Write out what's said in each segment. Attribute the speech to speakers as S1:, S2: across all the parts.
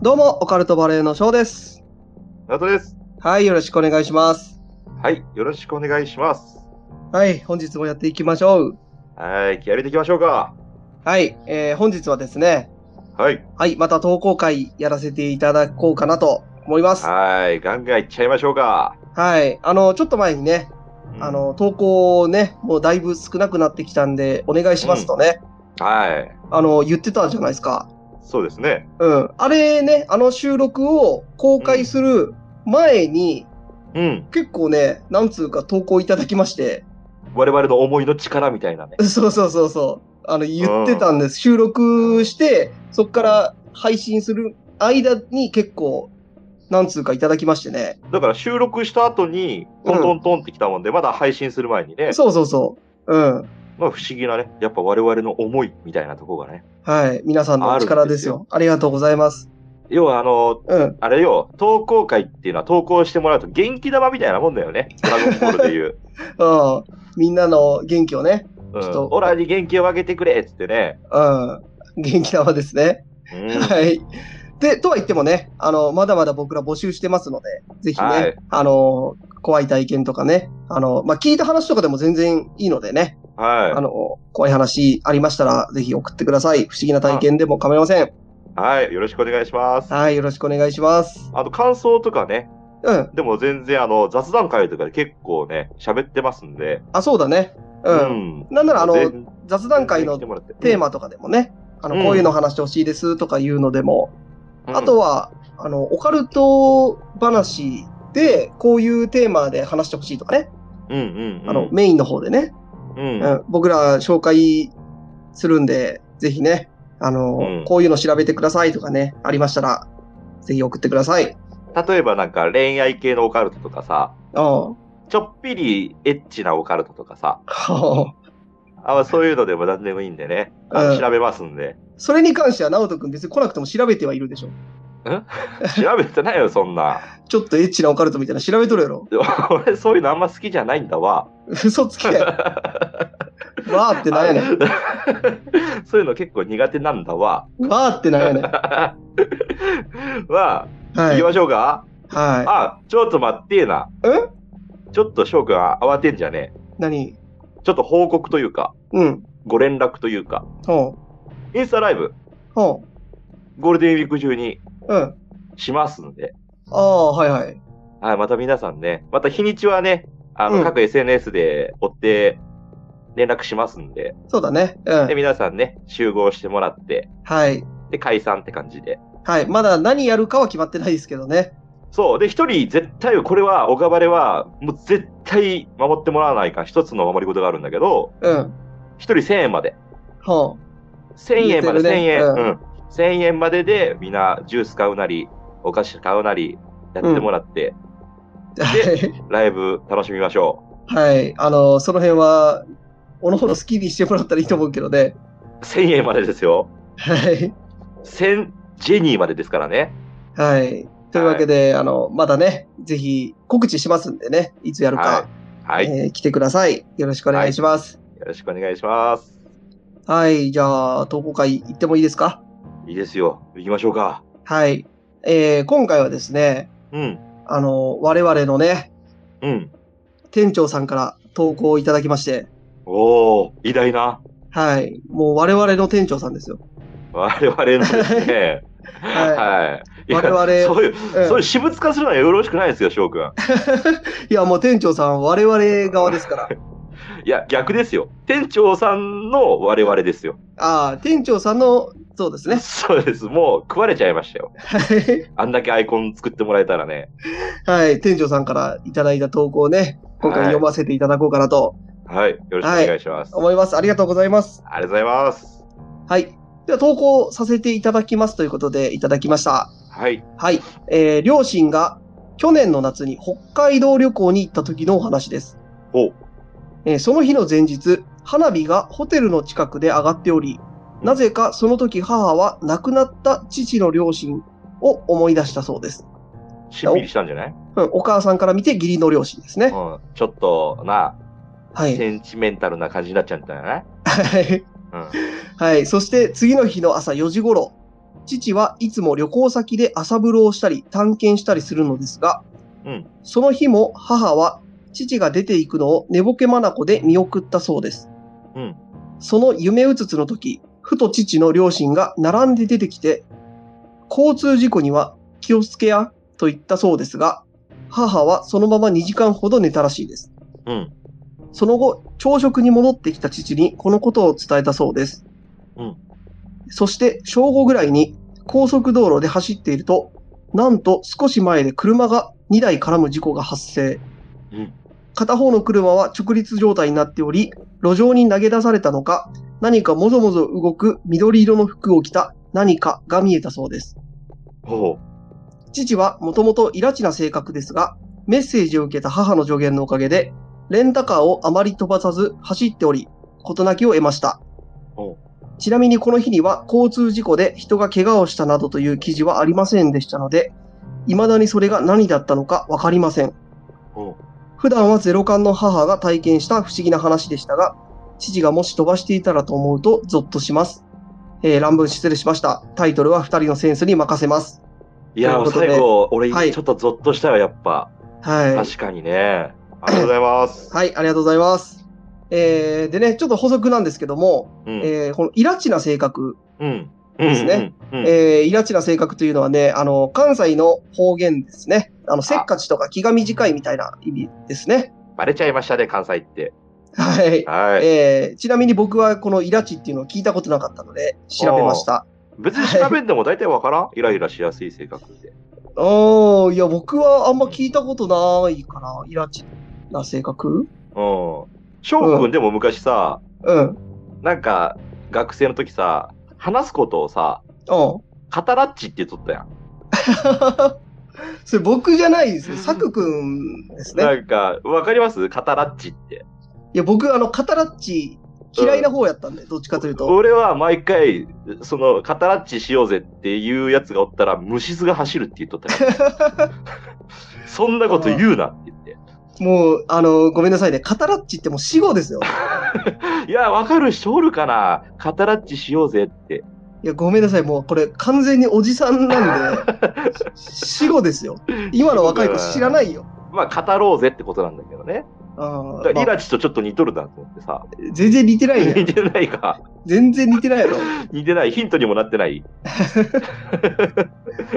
S1: どうも、オカルトバレーの翔です。
S2: ナトです。
S1: はい、よろしくお願いします。
S2: はい、よろしくお願いします。
S1: はい、本日もやっていきましょう。
S2: はい、気合い入れていきましょうか。
S1: はい、えー、本日はですね、
S2: はい、
S1: はい、また投稿会やらせていただこうかなと思います。
S2: はい、ガンガンいっちゃいましょうか。
S1: はい、あの、ちょっと前にね、
S2: うん
S1: あ、の、投稿をね、もうだいぶ少なくなってきたんで、お願いしますとね、
S2: はい、
S1: あの、言ってたじゃないですか。
S2: そうですね。
S1: うん。あれね、あの収録を公開する前に、
S2: うん、
S1: 結構ね、何通か投稿いただきまして、
S2: 我々の思いの力みたいなね。
S1: そうそうそうそう。あの、言ってたんです。収録して、そっから配信する間に結構、何通かいただきましてね。
S2: だから収録した後に、トントントンってきたもんで、まだ配信する前にね、
S1: そうそうそう。うん。
S2: まあ不思議なね、やっぱ我々の思いみたいなところがね。
S1: はい。皆さんのお力ですよ。ありがとうございます。
S2: 要はあの、
S1: うん。
S2: あれよ、投稿会っていうのは投稿してもらうと元気玉みたいなもんだよ ね。ドラゴンボールでいう。
S1: うん。みんなの元気をね。
S2: う
S1: ちょっ
S2: ん
S1: と、
S2: オラに元気をあげてくれっつってね。
S1: うん。元気玉ですね。
S2: うん
S1: はい。で、とは言ってもね、あの、まだまだ僕ら募集してますので、ぜひね、
S2: はい
S1: あの、怖い体験とかね、あの、まあ、聞いた話とかでも全然いいのでね、
S2: はい。
S1: あの、怖い話ありましたら、ぜひ送ってください。不思議な体験でも構いません。
S2: はい、よろしくお願いします。
S1: はい、よろしくお願いします。
S2: あと感想とかね、
S1: うん。
S2: でも全然あの雑談会とかで結構ね、喋ってますんで。
S1: あ、そうだね。うん。なんならあの
S2: 全然
S1: 雑談会の
S2: 来てもらって
S1: テーマとかでもね、あの、
S2: うん
S1: こういうの話してほしいですとかいうのでも、
S2: うん
S1: あとは、あの、オカルト話で、こういうテーマで話してほしいとかね、
S2: うんうんうん。
S1: あの、メインの方でね、
S2: うん、
S1: うん、僕ら紹介するんで、ぜひね、あの、
S2: うん
S1: こういうの調べてくださいとかね、ありましたら、ぜひ送ってください。
S2: 例えばなんか恋愛系のオカルトとかさ、
S1: うん。
S2: ちょっぴりエッチなオカルトとかさ、
S1: はあ
S2: あそういうのでも何でもいいんでね、あ
S1: う
S2: の
S1: ん
S2: 調べますんで。
S1: それに関しては、直人くん別に来なくても調べてはいるでしょ。
S2: 調べてないよ、そんな。
S1: ちょっとエッチなオカルトみたいなの調べとるやろ。
S2: 俺、そういうのあんま好きじゃないんだわ。
S1: 嘘つ け。わーってなんやねん。
S2: そういうの結構苦手なんだわ。
S1: わーってなんやねん。は
S2: は、
S1: い。
S2: 行き
S1: はい。
S2: ましょうか。
S1: あ
S2: あ、ちょっと待ってえな。
S1: え
S2: ちょっと翔くん慌てんじゃねえ。
S1: 何
S2: ちょっと報告というか、
S1: うん。
S2: ご連絡というか、
S1: ほう。
S2: インスタライブ、
S1: ほ
S2: ゴールデンウィーク中に
S1: う。うん。
S2: しますんで、
S1: ああ、はいはい。
S2: はい、また皆さんね、また日にちはね、あの、
S1: うん
S2: 各 SNS で追って連絡しますんで、
S1: そうだね。う
S2: で、
S1: ん。
S2: 皆さんね、集合してもらって、
S1: はい。
S2: で、解散って感じで。
S1: はい。まだ何やるかは決まってないですけどね。
S2: そう。で、一人、絶対、これは、岡バレは、もう絶対守ってもらわないかん、一つの守り事があるんだけど、
S1: うん。
S2: 一人1000円まで。
S1: ほう。
S2: 1000円ま
S1: 言えてる
S2: で、
S1: ね
S2: 1000円、
S1: う
S2: うんん。1000円までで、みんな、ジュース買うなり、お菓子買うなり、やってもらって、
S1: はい
S2: ライブ楽しみましょ
S1: はい。あの、その辺は、おのおの好きにしてもらったらいいと思うけどね。
S2: う。1000円までですよ。
S1: はい。
S2: 1000ジェニーまでですからね。
S1: はい。というわけで、あの、まだね、ぜひ告知しますんでね、いつやるか。
S2: はい。はい。
S1: えー来てください。よろしくお願いします。
S2: よろしくお願いします。
S1: はい、じゃあ、投稿会行ってもいいですか
S2: いいですよ。行きましょうか。
S1: はい。えー今回はですね、
S2: うん。
S1: あの、我々のね、
S2: うん。
S1: 店長さんから投稿をいただきまして、
S2: おー、偉大な。
S1: はい。もう我々の店長さんですよ。
S2: 我々のですね。
S1: はい
S2: いや
S1: 我々
S2: そういう、
S1: うん
S2: そういう私物化するのはよろしくないですよ、翔くん。
S1: いや、もう店長さん我々側です から。
S2: いや、逆ですよ。店長さんの我々ですよ。
S1: ああ、店長さんの、そうですね。
S2: そうです。もう食われちゃいましたよ。
S1: はい
S2: あんだけアイコン作ってもらえたらね。
S1: はい。店長さんからいただいた投稿をね、今回読ませていただこうかなと
S2: はい。よろしくお願いします。
S1: 思います。ありがとうございます。
S2: ありがとうございます。
S1: はい。では、投稿させていただきますということで、いただきました。
S2: はい。
S1: はい、えー両親が去年の夏に北海道旅行に行った時のお話です。
S2: お
S1: えーその日の前日、花火がホテルの近くで上がっており、なぜかその時母は亡くなった父の両親を思い出したそうです。
S2: しんみりしたんじゃない、
S1: うん、お母さんから見て義理の両親です
S2: うん、
S1: ね。
S2: ちょっとな、
S1: はい。
S2: センチメンタルな感じになっちゃったんじゃない、
S1: はい
S2: うん、
S1: はい。そして次の日の朝4時頃、父はいつも旅行先で朝風呂をしたり探検したりするのですが、
S2: うん
S1: その日も母は父が出ていくのを寝ぼけまなこで見送ったそうです。
S2: うん
S1: その夢うつつの時、ふと父の両親が並んで出てきて、交通事故には気をつけやと言ったそうですが、母はそのまま2時間ほど寝たらしいです。
S2: うん。
S1: その後、朝食に戻ってきた父にこのことを伝えたそうです。
S2: うん
S1: そして、正午ぐらいに高速道路で走っていると、なんと少し前で車が2台絡む事故が発生。
S2: うん
S1: 片方の車は直立状態になっており、路上に投げ出されたのか、何かもぞもぞ動く緑色の服を着た何かが見えたそうです。
S2: ほ
S1: 父はもともとイラチな性格ですが、メッセージを受けた母の助言のおかげで、レンタカーをあまり飛ばさず走っており、事なきを得ました
S2: おう。
S1: ちなみにこの日には交通事故で人が怪我をしたなどという記事はありませんでしたので、未だにそれが何だったのかわかりません。
S2: う。ほ
S1: 普段はゼロ感の母が体験した不思議な話でしたが、父がもし飛ばしていたらと思うとゾッとします。えー乱文失礼しました。タイトルは二人のセンスに任せます。
S2: う。いや
S1: という
S2: ー、
S1: ことで
S2: 最後、俺、
S1: はい
S2: ちょっとゾッとしたよ、やっぱ。
S1: はい。
S2: 確かにね。ありがとうございます。
S1: はい、ありがとうございます。えー、でね、ちょっと補足なんですけども、
S2: うん。
S1: えー、このイラチな性格、
S2: うん。
S1: ですね
S2: うん。うん。
S1: えー、イラチな性格というのはね、あの、関西の方言ですね。あの、せっかちとか気が短いみたいな意味ですね。
S2: バレちゃいましたね、関西って。
S1: はい。
S2: はい。
S1: えー、ちなみに僕はこのイラチっていうのを聞いたことなかったので、調べました。
S2: 別に調べんでも大体わからんイライラしやすい性格で。
S1: おー、いや、僕はあんま聞いたことないかな、イラチな性格
S2: うん。翔くんでも昔さ、
S1: うん。うん。
S2: なんか、学生の時さ、話すことをさ、カタラッチって言っとったやん。
S1: それ僕じゃないですよ。サクくんですね。
S2: なんか、わかりますカタラッチって。
S1: いや、僕、あの、カタラッチ嫌いな方やったんで、どっちかというと。
S2: 俺は毎回、その、カタラッチしようぜっていうやつがおったら、虫唾が走るって言っとったよ。 そんなこと言うなって言っ
S1: もう、あの、ごめんなさいね。カタラッチってもう死後ですよ。
S2: て。いや、わかる人おるかなカタラッチしようぜって。
S1: いや、ごめんなさい。もう、これ、完全におじさんなん で、死後ですよ。今の若い子知らないよ。
S2: まあ、語ろうぜってことなんだけどね。
S1: あ
S2: だ
S1: ー
S2: からイ
S1: まあ
S2: ラチとちょっと似とるなと思ってさ。
S1: 全然似てないね。
S2: 似てないか。
S1: 全然似てないやろ。
S2: 似てない。ヒントにもなってない。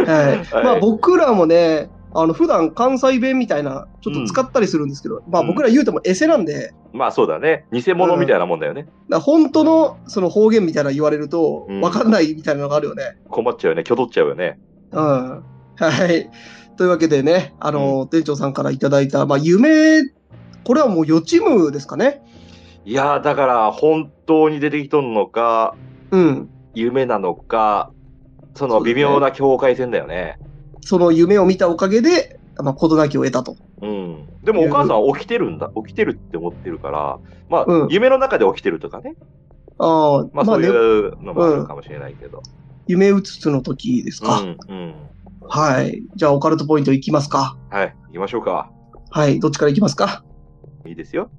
S1: はい。まあ、僕らもね、あの、普段関西弁みたいな、ちょっと使ったりするんですけど、まあ、僕ら言うてもエセなんで、
S2: まあそうだね。偽物みたいなもんだよね。
S1: だから本当のその方言みたいなの言われると
S2: う、ん
S1: わかんないみたいなのがあるよね。
S2: 困っちゃうよね。きょどっちゃうよね。
S1: うんはい。というわけでね、あの、店長さんからいただいた、まあ、夢、これはもう予知夢ですかね。
S2: いやー、だから本当に出てきとんのか、
S1: うん。
S2: 夢なのか、その
S1: そうだね
S2: 微妙な境界線だよね。
S1: その夢を見たおかげで、まあ、事なきを得たと。
S2: うん。でもお母さんは起きてるんだ。起きてるって思ってるから、まあ、
S1: うん
S2: 夢の中で起きてるとかね。
S1: ああ、ま
S2: まあ
S1: あ、
S2: そうい
S1: ね、
S2: うのもあるかもしれないけど。
S1: 夢うつつの時ですか。
S2: うん。うん。
S1: はい。じゃあ、オカルトポイントいきますか。
S2: はい。行きましょうか。
S1: はい。どっちからいきますか。
S2: いいですよ。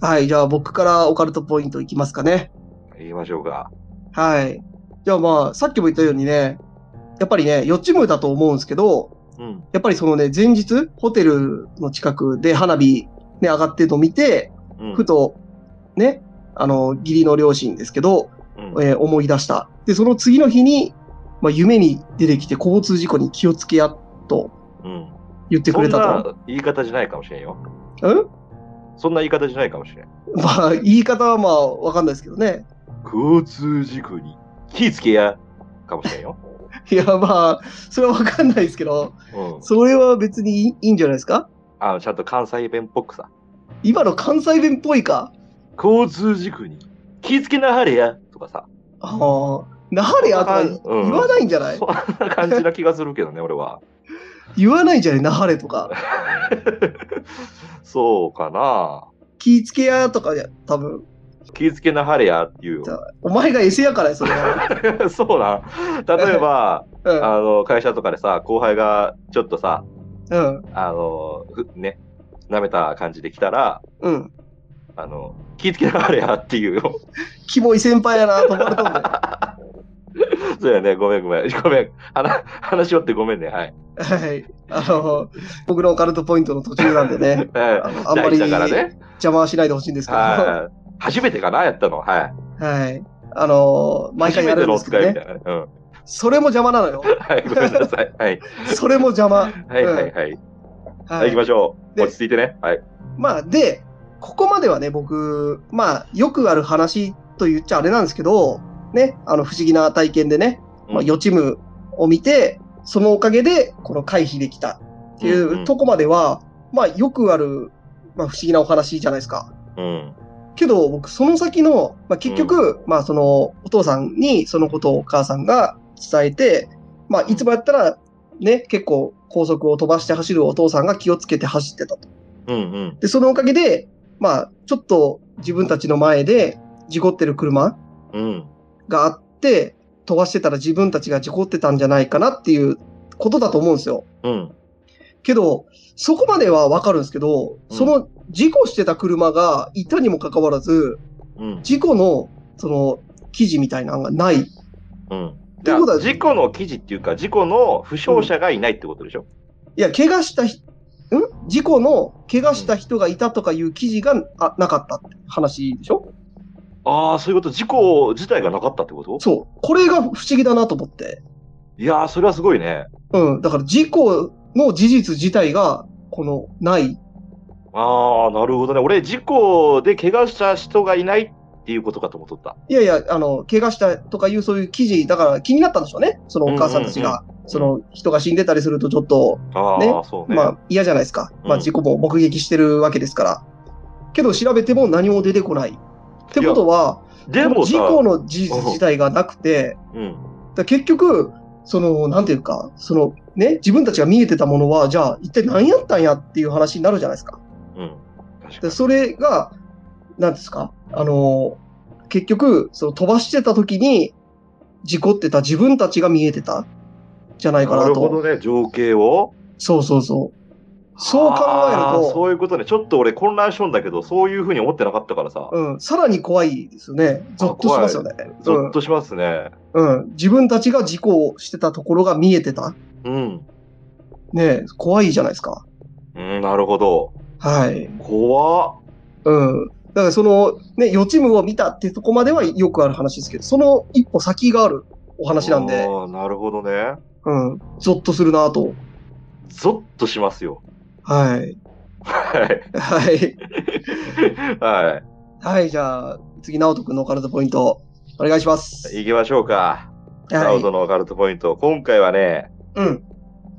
S1: はい。じゃあ、僕からオカルトポイントいきますかね。
S2: 行きましょうか。
S1: はい。じゃあ、まあ、さっきも言ったようにね、やっぱりね、予知夢だと思うんですけど、
S2: うん。
S1: やっぱりそのね、前日、ホテルの近くで花火、ね、上がってるのを見て、
S2: うん。
S1: ふと、ね、あの、義理の両親ですけど、
S2: うん。
S1: えー思い出した。で、その次の日に、まあ、夢に出てきて交通事故に気をつけや、と
S2: うん。
S1: 言ってく
S2: そ
S1: れ
S2: ん
S1: た
S2: な
S1: と。
S2: 言い方じゃないかもしれんよ。
S1: うん
S2: そんな言い方じゃないかもしれん。
S1: まあ、言い方はまあ、わかんないですけどね。
S2: 交通事故に気ぃつけやかもしれんよ。
S1: いや、まあ、それはわかんないですけど、
S2: うん、
S1: それは別にいいいいんじゃないですか
S2: あのちゃんと関西弁っぽくさ。
S1: 今の関西弁っぽいか。
S2: 交通事故に気ぃつけなはれやとかさ。
S1: ああ、なはれやとか
S2: うん
S1: 言わないんじゃない、
S2: そんな感じな気がするけど ね、俺は。
S1: 言わないんじゃないなはれとか。
S2: そうかな。
S1: 気ぃつけやとかや、多分。
S2: 気ぃつけなはれやっていう
S1: じゃあお前がエセやからや、それ は。
S2: よ。そうなん。例 えば、
S1: うん。
S2: あの、会社とかでさ、後輩がちょっとさ、
S1: うん。
S2: あの、ふね、舐めた感じで来たら、
S1: うん。
S2: あの、気ぃつけなはれやっていうよ。
S1: キモい先輩やな、と思われたもんね。
S2: そうやね、ごめんごめん。ごめん。話、話し終わってごめんね。はい。
S1: はい。あの、僕のオカルトポイントの途中なんでね、
S2: は
S1: あの
S2: い
S1: あんまり
S2: 大事だから
S1: 邪
S2: ね。
S1: 魔はしないでほしいんですけど、は
S2: はい。初めてかなやったの。はい。
S1: い。あの、毎回やるんですけど
S2: 初め
S1: ね、
S2: てのお使いみたいな。うん。
S1: それも邪魔なのよ。
S2: はい、ごめんなさい。はい。
S1: それも邪魔。
S2: はいはいはい。は、
S1: はい
S2: 行きましょう。
S1: で
S2: 落ち着いてね。はい。
S1: まあ、で、ここまではね、僕、まあ、よくある話と言っちゃあれなんですけど、ね、あの、不思議な体験でね、まあ、予知夢を見て、そのおかげで、この回避できたってい
S2: うんう
S1: うんとこまでは、まあ、よくある、まあ、不思議なお話じゃないですか。
S2: うん。
S1: けど、僕、その先の、まあ、結局、まあ、その、お父さんにそのことをお母さんが伝えて、まあ、いつもやったら、ね、結構、高速を飛ばして走るお父さんが気をつけて走ってたと。
S2: うんうん。
S1: で、そのおかげで、まあ、ちょっと自分たちの前で事故ってる車
S2: うん。
S1: があって、飛ばしてたら自分たちが事故ってたんじゃないかなっていうことだと思うんですよ。
S2: うん。
S1: けど、そこまではわかるんですけど、その事故してた車がいたにもかかわらず、
S2: うん。
S1: 事故の、その、記事みたいなのがない。
S2: うん。
S1: てことは
S2: 事故の記事っていうか、事故の負傷者がいないってことでしょ、
S1: いや、怪我したひ、ん事故の怪我した人がいたとかいう記事があなかったって話でしょ
S2: ああ、そういうこと、事故自体がなかったってこと
S1: そう。これが不思議だなと思って。
S2: いやー、それはすごいね。
S1: うん。だから事故の事実自体が、この、ない。
S2: ああ、なるほどね。俺、事故で怪我した人がいないっていうことかと思っとった。
S1: いやいや、あの、怪我したとかいうそういう記事、だから気になったんでしょうね。そのお母さんたちが。その人が死んでたりするとちょっと、
S2: ああ、
S1: ね
S2: そうね。
S1: まあ嫌じゃないですか。まあ
S2: うん
S1: 事故も目撃してるわけですから。けど調べても何も出てこない。ってことは、
S2: で
S1: この
S2: もさ、
S1: 事故の事実自体がなくて、
S2: う
S1: だ
S2: ん。
S1: から結局、その、なんていうか、その、ね、自分たちが見えてたものは、じゃあ一体何やったんやっていう話になるじゃないですか。
S2: うん。確か
S1: で
S2: に。
S1: それが、なんですか、あのー結局、その飛ばしてた時に、事故ってた自分たちが見えてた、じゃないか
S2: な
S1: な
S2: る
S1: と。
S2: ほどね、情景を。
S1: そうそうそう。そう考える
S2: あー
S1: と、
S2: そういうことね。ちょっと俺混乱しとんだけど、そういうふうに思ってなかったからさ、
S1: うん、さらに怖いですよね。ゾッとしますよね。
S2: ゾッとしますね。
S1: うん、うん。自分たちが事故をしてたところが見えてた。
S2: うん。
S1: ねえ怖いじゃないですか。
S2: うん、なるほど。
S1: はい。
S2: 怖っ。
S1: うん。だからその、ね、予知夢を見たってとこまではよくある話ですけど、その一歩先があるお話なんで
S2: あ、ーなるほどね。
S1: うん、ゾッとするなと。
S2: ゾッとしますよ。
S1: はい。
S2: はい。
S1: はい。
S2: は
S1: はい、じゃあ、次、直人くんのオカルトポイント、お願いします。
S2: い。行きましょうか。ナ
S1: はい
S2: ウドのオカルトポイント。今回はね、
S1: うん。うん。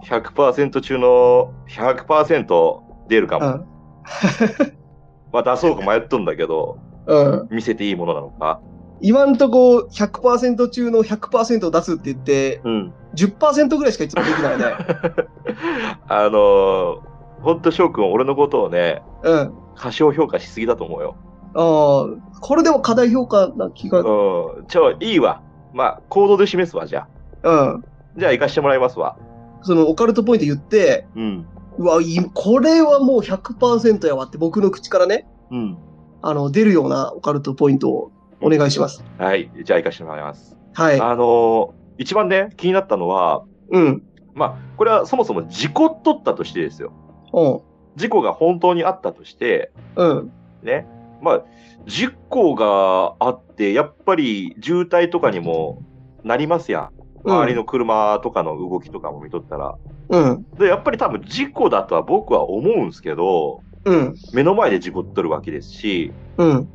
S2: 100%中の100%出るかも。まあ出そうか迷っとんだけど、
S1: うん。
S2: 見せていいものなのか。
S1: 今んとこ、100%中の100%出すって言って、
S2: うん。
S1: 10%ぐらいしかいつもできないね。
S2: あのー、ほんと翔くん、俺のことをね、
S1: うん。
S2: 過小評価しすぎだと思うよ。
S1: ああ、これでも過大評価な気が。うん。
S2: うん。ちょ、いいわ。まあ、行動で示すわ、じゃあ。じゃあ、行かしてもらいますわ。
S1: その、オカルトポイント言って、
S2: うん。
S1: うわ、いこれはもう100%やわって、僕の口からね、
S2: うん。
S1: あの、出るようなオカルトポイントをお願いします。
S2: はい。じゃあ、行かしてもらいます。
S1: はい。
S2: あのー一番ね、気になったのは、
S1: うん。
S2: まあ、これはそもそも事故っとったとしてですよ。
S1: うん。
S2: 事故が本当にあったとして、
S1: うん。
S2: ね。まあ、事故があって、やっぱり渋滞とかにもなりますやん。周りの車とかの動きとかも見とったら。
S1: うん。
S2: で、やっぱり多分事故だとは僕は思うんですけど、
S1: うん。
S2: 目の前で事故っとるわけですし、
S1: うん。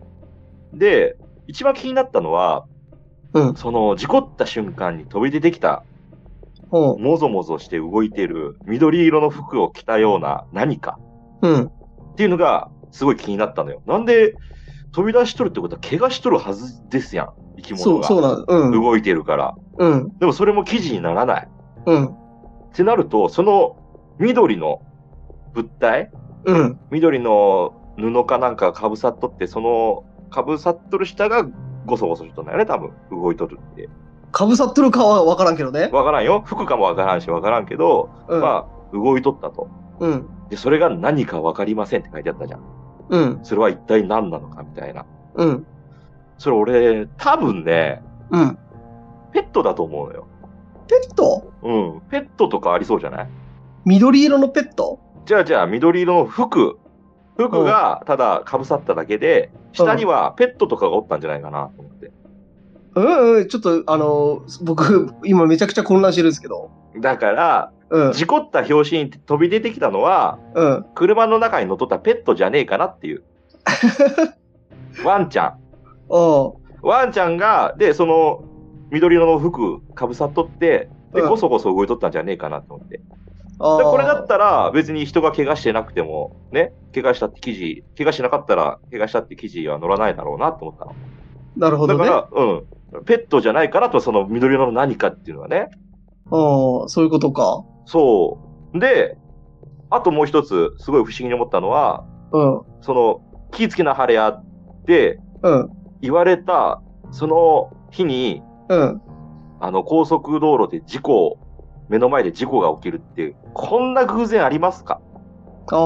S2: で、一番気になったのは、
S1: うん。
S2: その事故った瞬間に飛び出てきた、
S1: うん。
S2: もぞもぞして動いてる緑色の服を着たような何か
S1: うん。
S2: っていうのがすごい気になったのよ。なんで飛び出しとるってことは怪我しとるはずですやん、生き
S1: そ
S2: 物
S1: う、そう
S2: が。
S1: なん、うん、
S2: 動いてるから。
S1: うん、
S2: でもそれも記事にならない。
S1: うん、
S2: ってなると、その緑の物体、
S1: うん、
S2: 緑の布かなんかかぶさっとって、そのかぶさっとる下がごそごそしとんだよね、多分。動いとるって。
S1: かぶさっとるかはわからんけどね。
S2: わからんよ。服かもわからんし、わからんけど、
S1: うん、
S2: まあ、動いとったと。
S1: うん、
S2: で、それが何かわかりませんって書いてあったじゃん。
S1: うん、
S2: それは一体何なのかみたいな。
S1: うん、
S2: それ俺、多分ね、
S1: うん、
S2: ペットだと思うのよ。
S1: ペット
S2: うん。ペットとかありそうじゃない
S1: 緑色のペット
S2: じゃあじゃあ、緑色の服。服がただかぶさっただけで、下にはペットとかがおったんじゃないかなと思って。
S1: うんうん、ちょっと、あの、僕、今めちゃくちゃ混乱してるんですけど。
S2: だから、
S1: うん、
S2: 事故った拍子に飛び出てきたのは、
S1: うん。
S2: 車の中に乗っとったペットじゃねえかなっ ていう。ワンちゃん。
S1: お
S2: ワンちゃんが、で、その、緑色の服かぶさっとって、で、
S1: うん
S2: こそこそ動いとったんじゃねえかなと思って。
S1: あ
S2: でこれだったら、別に人が怪我してなくても、ね、怪我したって記事、怪我しなかったら、怪我したって記事は載らないだろうなと思ったの。
S1: なるほど
S2: だ
S1: ね。
S2: から、うん。ペットじゃないからと、その緑色の何かっていうのはね。
S1: おそういうことか。
S2: そう。で、あともう一つ、すごい不思議に思ったのは、
S1: うん、
S2: その、気ぃつけな晴れやって
S1: うん、
S2: 言われた、その日に、
S1: うん。
S2: あの、高速道路で事故、目の前で事故が起きるって、こんな偶然ありますか
S1: ああ、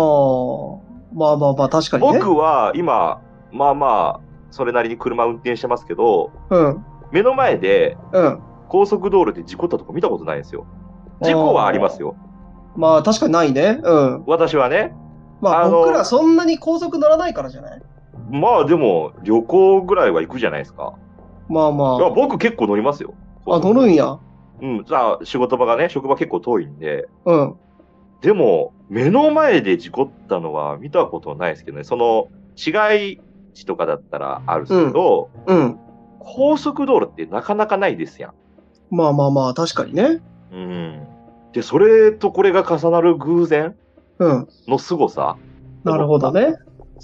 S1: まあまあまあ、確かにね。
S2: 僕は今、まあまあ、それなりに車運転してますけど、
S1: うん、
S2: 目の前で
S1: うん。
S2: 高速道路で事故ったとこ見たことないんですよ。事故はありますよ。
S1: まあ、確かにないね。うん。
S2: 私はね。
S1: まあ、
S2: あの
S1: 僕らそんなに高速乗らないからじゃない
S2: まあでも、旅行ぐらいは行くじゃないですか。
S1: まあ
S2: いや
S1: ま
S2: 僕結構乗りますよ。
S1: あ。あ、乗るんや。
S2: うん。じゃあ、仕事場がね、職場結構遠いんで。
S1: うん。
S2: でも、目の前で事故ったのは見たことないですけどね。その、市街地とかだったらあるんですけど、
S1: うん。
S2: 高速道路ってなかなかないですやん。
S1: まあまあまあ、確かにね。
S2: うん。で、それとこれが重なる偶然
S1: うん。
S2: の凄さ。
S1: なるほどね。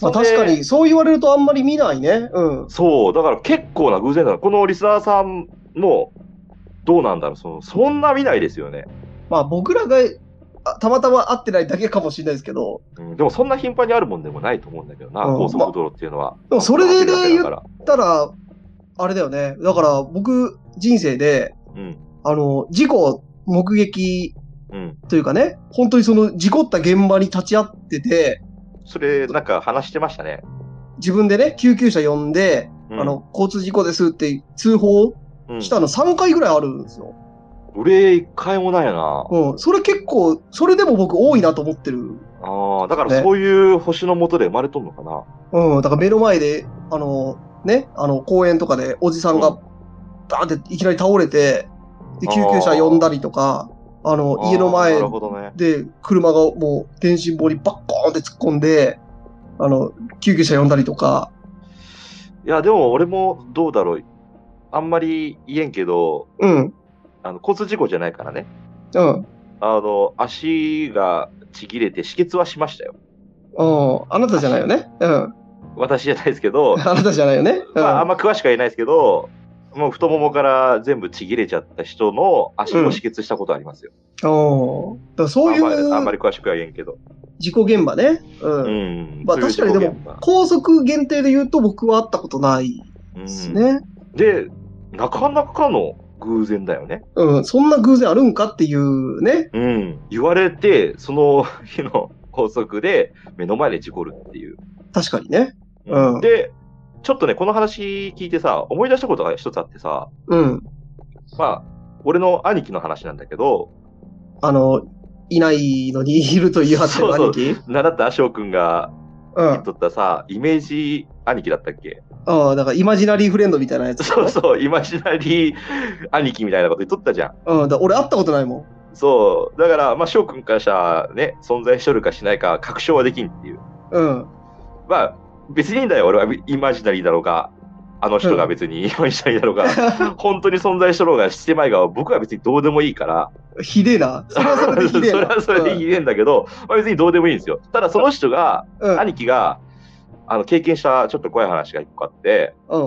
S1: まあ、
S2: それ
S1: 確か。に、そう言われるとあんまり見ないね。うん。
S2: そう、だから結構な偶然だな。このリスナーさんも、どうなんだろうそのそんな見ないですよね、
S1: まあ、僕らが、あたまたま会ってないだけかもしれないですけど、
S2: うん。でもそんな頻繁にあるもんでもないと思うんだけどな、
S1: うん
S2: 高速道路っていうのは。
S1: でもそれでね、
S2: だ
S1: 言
S2: か
S1: っ
S2: ら。
S1: たら、あれだよね。だから、僕、人生で、
S2: うん。
S1: あの、事故目撃
S2: うん。
S1: というかね、本当にその事故った現場に立ち会ってて、
S2: それ、なんか話してましたね。
S1: 自分でね、救急車呼んで、
S2: うん
S1: あ、の、交通事故ですって通報
S2: うん
S1: したの3回ぐらいあるんですよ。
S2: 俺、一回もないな。
S1: うん。それ結構、それでも僕多いなと思ってる。
S2: ああ、だか
S1: ね
S2: らそういう星の下で生まれとんのかな。
S1: うん。だから目の前で、あの、ね、あの、公園とかでおじさん
S2: う
S1: が
S2: ん、
S1: バーンっていきなり倒れて、で、救急車呼んだりとか、あの、
S2: あー
S1: 家の前
S2: なるほどね。
S1: で、車がもう電信棒にバッコーンって突っ込んで、あの、救急車呼んだりとか、
S2: いや、でも俺もどうだろう。あんまり言えんけど、
S1: うん、
S2: あの、交通事故じゃないからね。
S1: うん、
S2: あの、足がちぎれて止血はしましたよ。
S1: うん、あなたじゃないよね。 うん。
S2: 私じゃないです けど、
S1: あなたじゃないよね。うん。
S2: まあ、あんま詳しくは言えないですけど、もう太ももから全部ちぎれちゃった人の足を止血したことあります
S1: う
S2: よ。
S1: んだからそうい
S2: あんまりあんま
S1: う
S2: り詳しくは言えんけど。
S1: 事故現場ね。う。
S2: うんん。
S1: まあ
S2: そういう
S1: 確かにで
S2: 事故
S1: も
S2: 現場、
S1: 高速限定で言うと僕は会ったことない
S2: うん
S1: ですね。
S2: で、なかなかの偶然だよね。
S1: うん。そんな偶然あるんかっていうね。
S2: うん。言われて、その日の法則で目の前で事故るっていう。
S1: 確かにね。うん
S2: で、ちょっとね、この話聞いてさ、思い出したことが一つあってさ、
S1: うん。
S2: まあ、俺の兄貴の話なんだけど、
S1: あの、いないのにいると言い張ってる
S2: そうそう
S1: 兄貴。
S2: 習った翔くんが
S1: うん。
S2: 言っ
S1: あ
S2: とったさ、イメージ兄貴だったっけ
S1: あ、だからイマジナリーフレンドみたいなやつ。
S2: そうそう、イマジナリー兄貴みたいなこと言っとったじゃん。
S1: うん。だから俺会ったことないもん。
S2: そう。だから、まあ、翔くんからしたらね、存在しとるかしないか確証はできんっていう。
S1: うん。
S2: まあ、別にいいんだよ、俺はイマジナリーだろうが、あの人が別にイマジナリーだろうが、本当に存在しとろうがしてまいが、僕は別にどうでもいいから、
S1: ひでえな。それはそれで
S2: そ
S1: ひでえ
S2: れ
S1: な。
S2: はそれでいいねんだけど、まあ、別にどうでもいいんですよ。ただその人が、
S1: うん。
S2: 兄貴が、あの、経験したちょっと怖い話が一個あって、
S1: うん。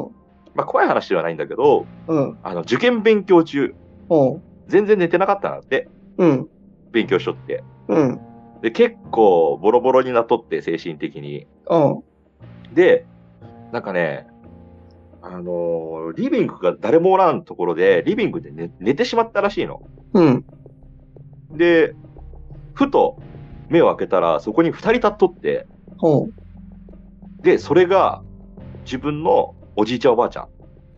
S2: まあ、怖い話ではないんだけど、
S1: うん。
S2: あの、受験勉強中、
S1: うん。
S2: 全然寝てなかったんだって、
S1: うん。
S2: 勉強しとって。
S1: うん。
S2: で、結構ボロボロになっとって、精神的に。
S1: うん。
S2: で、なんかね、あのーリビングが誰もおらんところで、リビングで寝寝てしまったらしいの。
S1: うん。
S2: で、ふと目を開けたら、そこに二人立っとって、
S1: うん。
S2: で、それが自分のおじいちゃんおばあちゃん、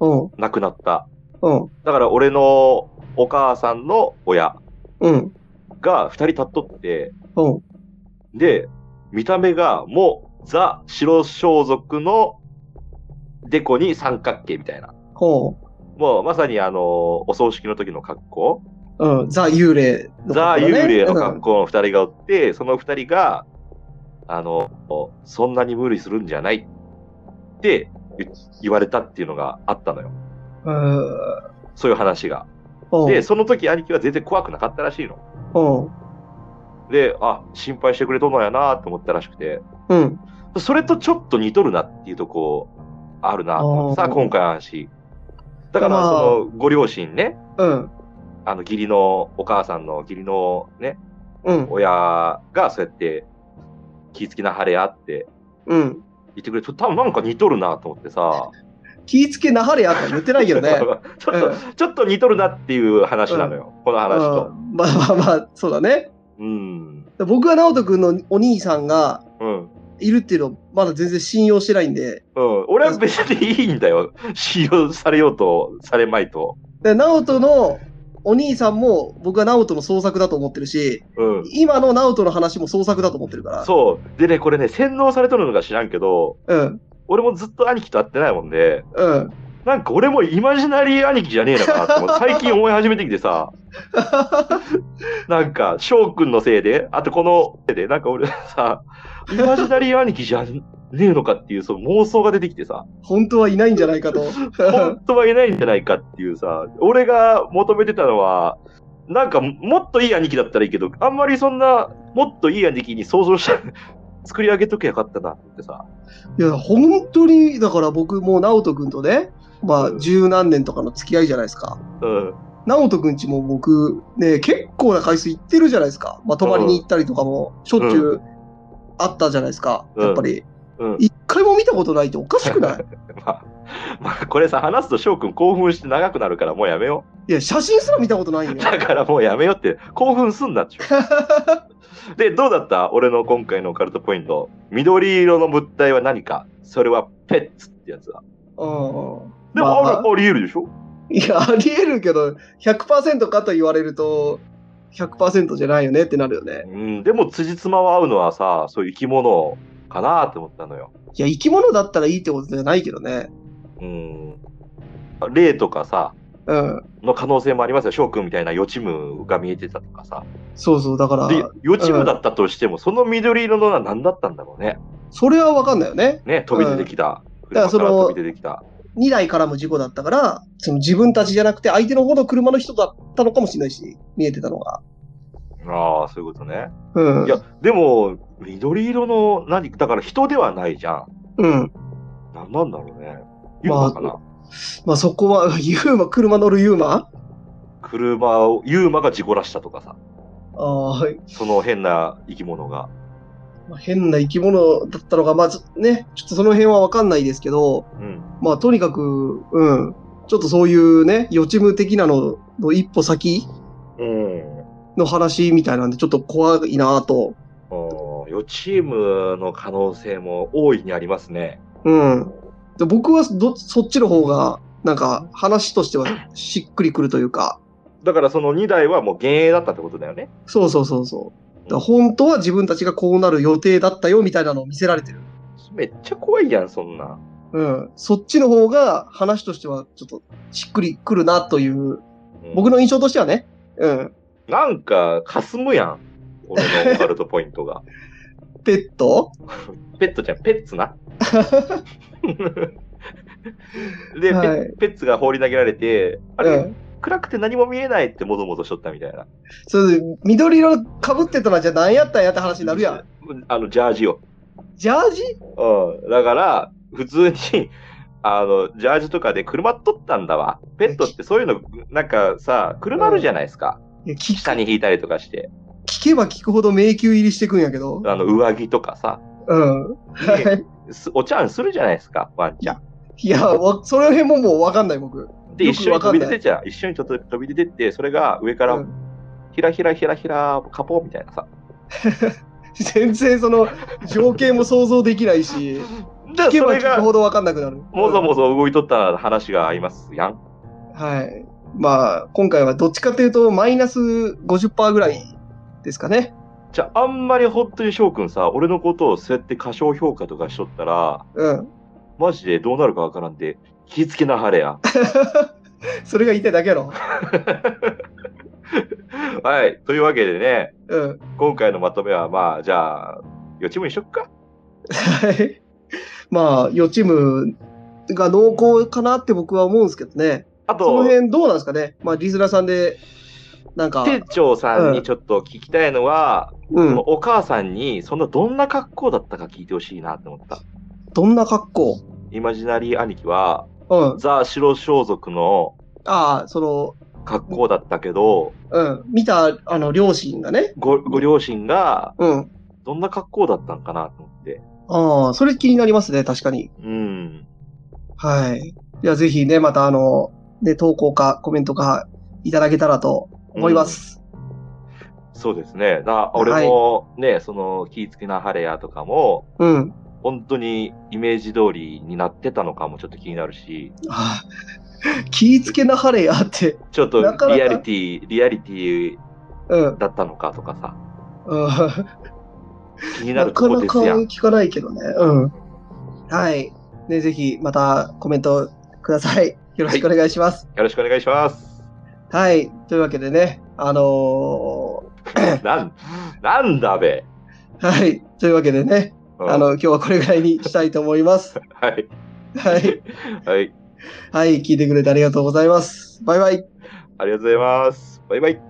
S1: うん。
S2: 亡くなった
S1: うん。
S2: だから俺のお母さんの親
S1: うん。
S2: が2人立っとって、
S1: うん。
S2: で、見た目がもうザ白装束のデコに三角形みたいな。
S1: ほ
S2: もうまさにあの、お葬式の時の格好。
S1: う。うん。ザ幽霊の
S2: ザ
S1: 格好だね
S2: 幽霊の格好の2人がおって、その2人が、あの、そんなに無理するんじゃないって言言われたっていうのがあったのよ。
S1: うん。
S2: そういう話が。
S1: うん。
S2: で、その時兄貴は全然怖くなかったらしいの。
S1: うん。
S2: で、あ、心配してくれとんのやなと思ったらしくて、
S1: うん。
S2: それとちょっと似とるなっていうとこあるなと思って
S1: あー
S2: さあ、今回の話。だから、
S1: まあ
S2: その、ご両親ね、
S1: うん。
S2: あの、義理の、お母さんの義理のね、
S1: うん。
S2: 親がそうやって、気付きな晴れやって
S1: うん。
S2: 言ってくれて、多分なんか似とるなと思ってさ、
S1: 気ぃつけなはれやとは言ってないけど ね。
S2: ちょっと、ちょっと似とるなっていう話なのよ、この話と。
S1: うんまあまあまあ、そうだね。
S2: うん。
S1: 僕は直人君のお兄さんが
S2: うん。
S1: いるっていうのをまだ全然信用してないんで、
S2: うん、俺は別にいいんだよ。 使用されようと、されまいと。
S1: で直人のお兄さんも僕は直人の創作だと思ってるし、
S2: うん。
S1: 今の直人の話も創作だと思ってるから。
S2: そう。でね、これね、洗脳されとるのか知らんけど、
S1: うん。
S2: 俺もずっと兄貴と会ってないもんで、
S1: うん。
S2: なんか俺もイマジナリー兄貴じゃねえのかなって思って、最近思い始めてきてさ、なんか、翔くんのせいで、あとこのせいで、なんか俺さ、イマジナリー兄貴じゃねえのかっていう、その妄想が出てきてさ、
S1: 本当はいないんじゃないか と。
S2: 本当はいないんじゃないかっていうさ、俺が求めてたのは、なんかもっといい兄貴だったらいいけど、あんまりそんな、もっといい兄貴に想像して、 作り上げときゃよかったなってさ。
S1: いや、本当に、だから僕もう直人君とね、ま
S2: う
S1: あ
S2: ん
S1: 十何年とかの付き合いじゃないですか。
S2: うん。
S1: 直人君ちも僕、ね、結構な回数行ってるじゃないですか。まあ泊まりに行ったりとかもしょっちゅうあったじゃないですか。
S2: うん
S1: やっぱり。
S2: うん。
S1: 一回も見たことないっておかしく ない
S2: まあ、まあ、これさ、話すと翔くん興奮して長くなるからもうやめよ
S1: いや、写真すら見たこと ないよ
S2: う。。だからもうやめようって、興奮すんなっち ゅう。で、どうだった俺の今回のオカルトポイント。緑色の物体は何かそれはペッツってやつだ。
S1: うん。
S2: でも、
S1: まあ
S2: ある、あり得るでしょ
S1: いや、ありえるけど、100%かと言われると、100%じゃないよねってなるよね。
S2: うん、でも辻褄は合うのはさ、そういう生き物かなって思ったのよ。
S1: いや、生き物だったらいいってことじゃないけどね。
S2: うん。霊とかさ、
S1: うん。
S2: の可能性もありますよ。翔くんみたいな予知夢が見えてたとかさ。
S1: そうそう、だから
S2: で、、予知夢だったとしても、その緑色のは何だったんだろうね。
S1: それはわかんないよね。
S2: ね、飛び出てきた。
S1: んだから
S2: 車
S1: そ
S2: か
S1: の
S2: ら飛び出てきた。
S1: 2台絡む事故だったから、その自分たちじゃなくて相手の方の車の人だったのかもしれないし、見えてたのが。
S2: ああ、そういうことね。
S1: うん。
S2: いや、でも、緑色の何、だから人ではないじゃん。
S1: うん。
S2: 何なんだろうね。ユーマかな、
S1: まあそこは、 ユーマ、車乗るユーマ
S2: 車を、ユーマが事故らしたとかさ。
S1: ああ、
S2: その変な生き物が。
S1: まあ変な生き物だったのが、まあちょね、ちょっとその辺はわかんないですけど、
S2: うん。
S1: まあとにかく、うん、ちょっとそういうね、予知夢的なのの一歩先
S2: うん。
S1: の話みたいなんで、ちょっと怖いなぁと。
S2: おー予知夢の可能性も大いにありますね。
S1: うん。で僕はどそっちの方が、なんか話としてはしっくりくるというか、
S2: だからその2台はもう幻影だったってことだよね。
S1: そうそうそうそう。だから
S2: うん
S1: 本当は自分たちがこうなる予定だったよみたいなのを見せられてる。
S2: めっちゃ怖いやん、そんな。
S1: うん。そっちの方が話としてはちょっとしっくりくるなという
S2: うん
S1: 僕の印象としてはね。うん。
S2: なんか、霞むやん。俺のオカルトポイントが。
S1: ペット
S2: ペットじゃん、ペッ ツな。で、ペ
S1: はい
S2: ペッツが放り投げられて、あれ、
S1: うん。
S2: 暗くて何も見えないってもぞもぞしとったみたいな。
S1: それで緑色かぶってたらじゃあ何やったんやって話になるやん。
S2: あの、ジャージを。
S1: ジャージ
S2: うん。だから、普通に、 あの、ジャージとかで車取ったんだわ。ペットってそういうの、なんかさ、車あるじゃないですか。
S1: いや聞
S2: 下に引いたりとかして。
S1: 聞けば聞くほど迷宮入りしてくんやけど。
S2: あの、上着と かさ、
S1: うん。
S2: すお茶んするじゃないですか、ワンちゃん。
S1: いや、わその辺ももうわかんない僕。
S2: で、
S1: よ
S2: 一
S1: く
S2: 緒
S1: わ
S2: に
S1: か
S2: 飛
S1: ん
S2: び
S1: な
S2: 出
S1: い
S2: てっちゃう。一緒にちょっと飛び出てって、それが上か
S1: う
S2: ら
S1: ん、
S2: ひらひらひらひら、カポみたいなさ。
S1: 全然その情景も想像できないし、
S2: で、
S1: 聞け
S2: そ
S1: ば
S2: れ
S1: 聞く
S2: が、
S1: ほどわかんなくなる。
S2: もぞもぞ動いとった話がありますやん。
S1: はい。まあ、今回はどっちかというと、マイナス50%ぐらいですかね。
S2: じゃあ、あんまり本当に翔くんさ、俺のことをそうやって過小評価とかしとったら、
S1: うん。
S2: マジでどうなるかわからんで、気付けなはれ や。
S1: それが言いたいだけやろ。
S2: はい。というわけでね、
S1: うん。
S2: 今回のまとめは、まあ、じゃあ、予知夢にしとくか。
S1: はい。まあ、予知夢が濃厚かなって僕は思うんですけどね。
S2: あ
S1: その
S2: と、
S1: 辺どうなんですかね。まあ、リスナーさんで、なんか、
S2: 店長さんにちょっと聞きたいのは、
S1: う
S2: そ
S1: ん
S2: の。お母さんに、そのどんな格好だったか聞いてほしいなって思った。
S1: どんな格好
S2: イマジナリー兄貴は、
S1: うん。
S2: ザ・白装束の
S1: ああ、そ
S2: 格好だったけど、
S1: の、うん。見た、あの、両親がね。
S2: ご、ご両親が、
S1: うん。
S2: どんな格好だったんかなと思って。
S1: ああ、それ気になりますね、確かに。
S2: うん。
S1: はい。いや、ぜひね、またあの、ね、投稿かコメントかいただけたらと思います。
S2: そうですね。だ俺もね、その、気ぃつけなはれやとかも、
S1: うん。
S2: 本当にイメージ通りになってたのかもちょっと気になるし、
S1: はあ、気ぃつけなはれやって。
S2: ちょっと
S1: なかなか
S2: リアリティ、リアリティ
S1: うん。
S2: だったのかとかさ、
S1: うん、
S2: 気にな
S1: な
S2: ると
S1: か
S2: こ
S1: な
S2: です
S1: か
S2: やん。
S1: 聞かないけどね。うん。はい。ね、ぜひまたコメントください。よろしくお願いします。
S2: よろしくお願い します。
S1: はい。というわけでね、あの
S2: なん、なんだべ。
S1: ーはい。というわけでね、
S2: うん
S1: あの、、今日はこれぐらいにしたいと思います。
S2: はい。
S1: はい。。
S2: はい。
S1: はい。聞いてくれてありがとうございます。バイバイ。
S2: ありがとうございます。バイバイ。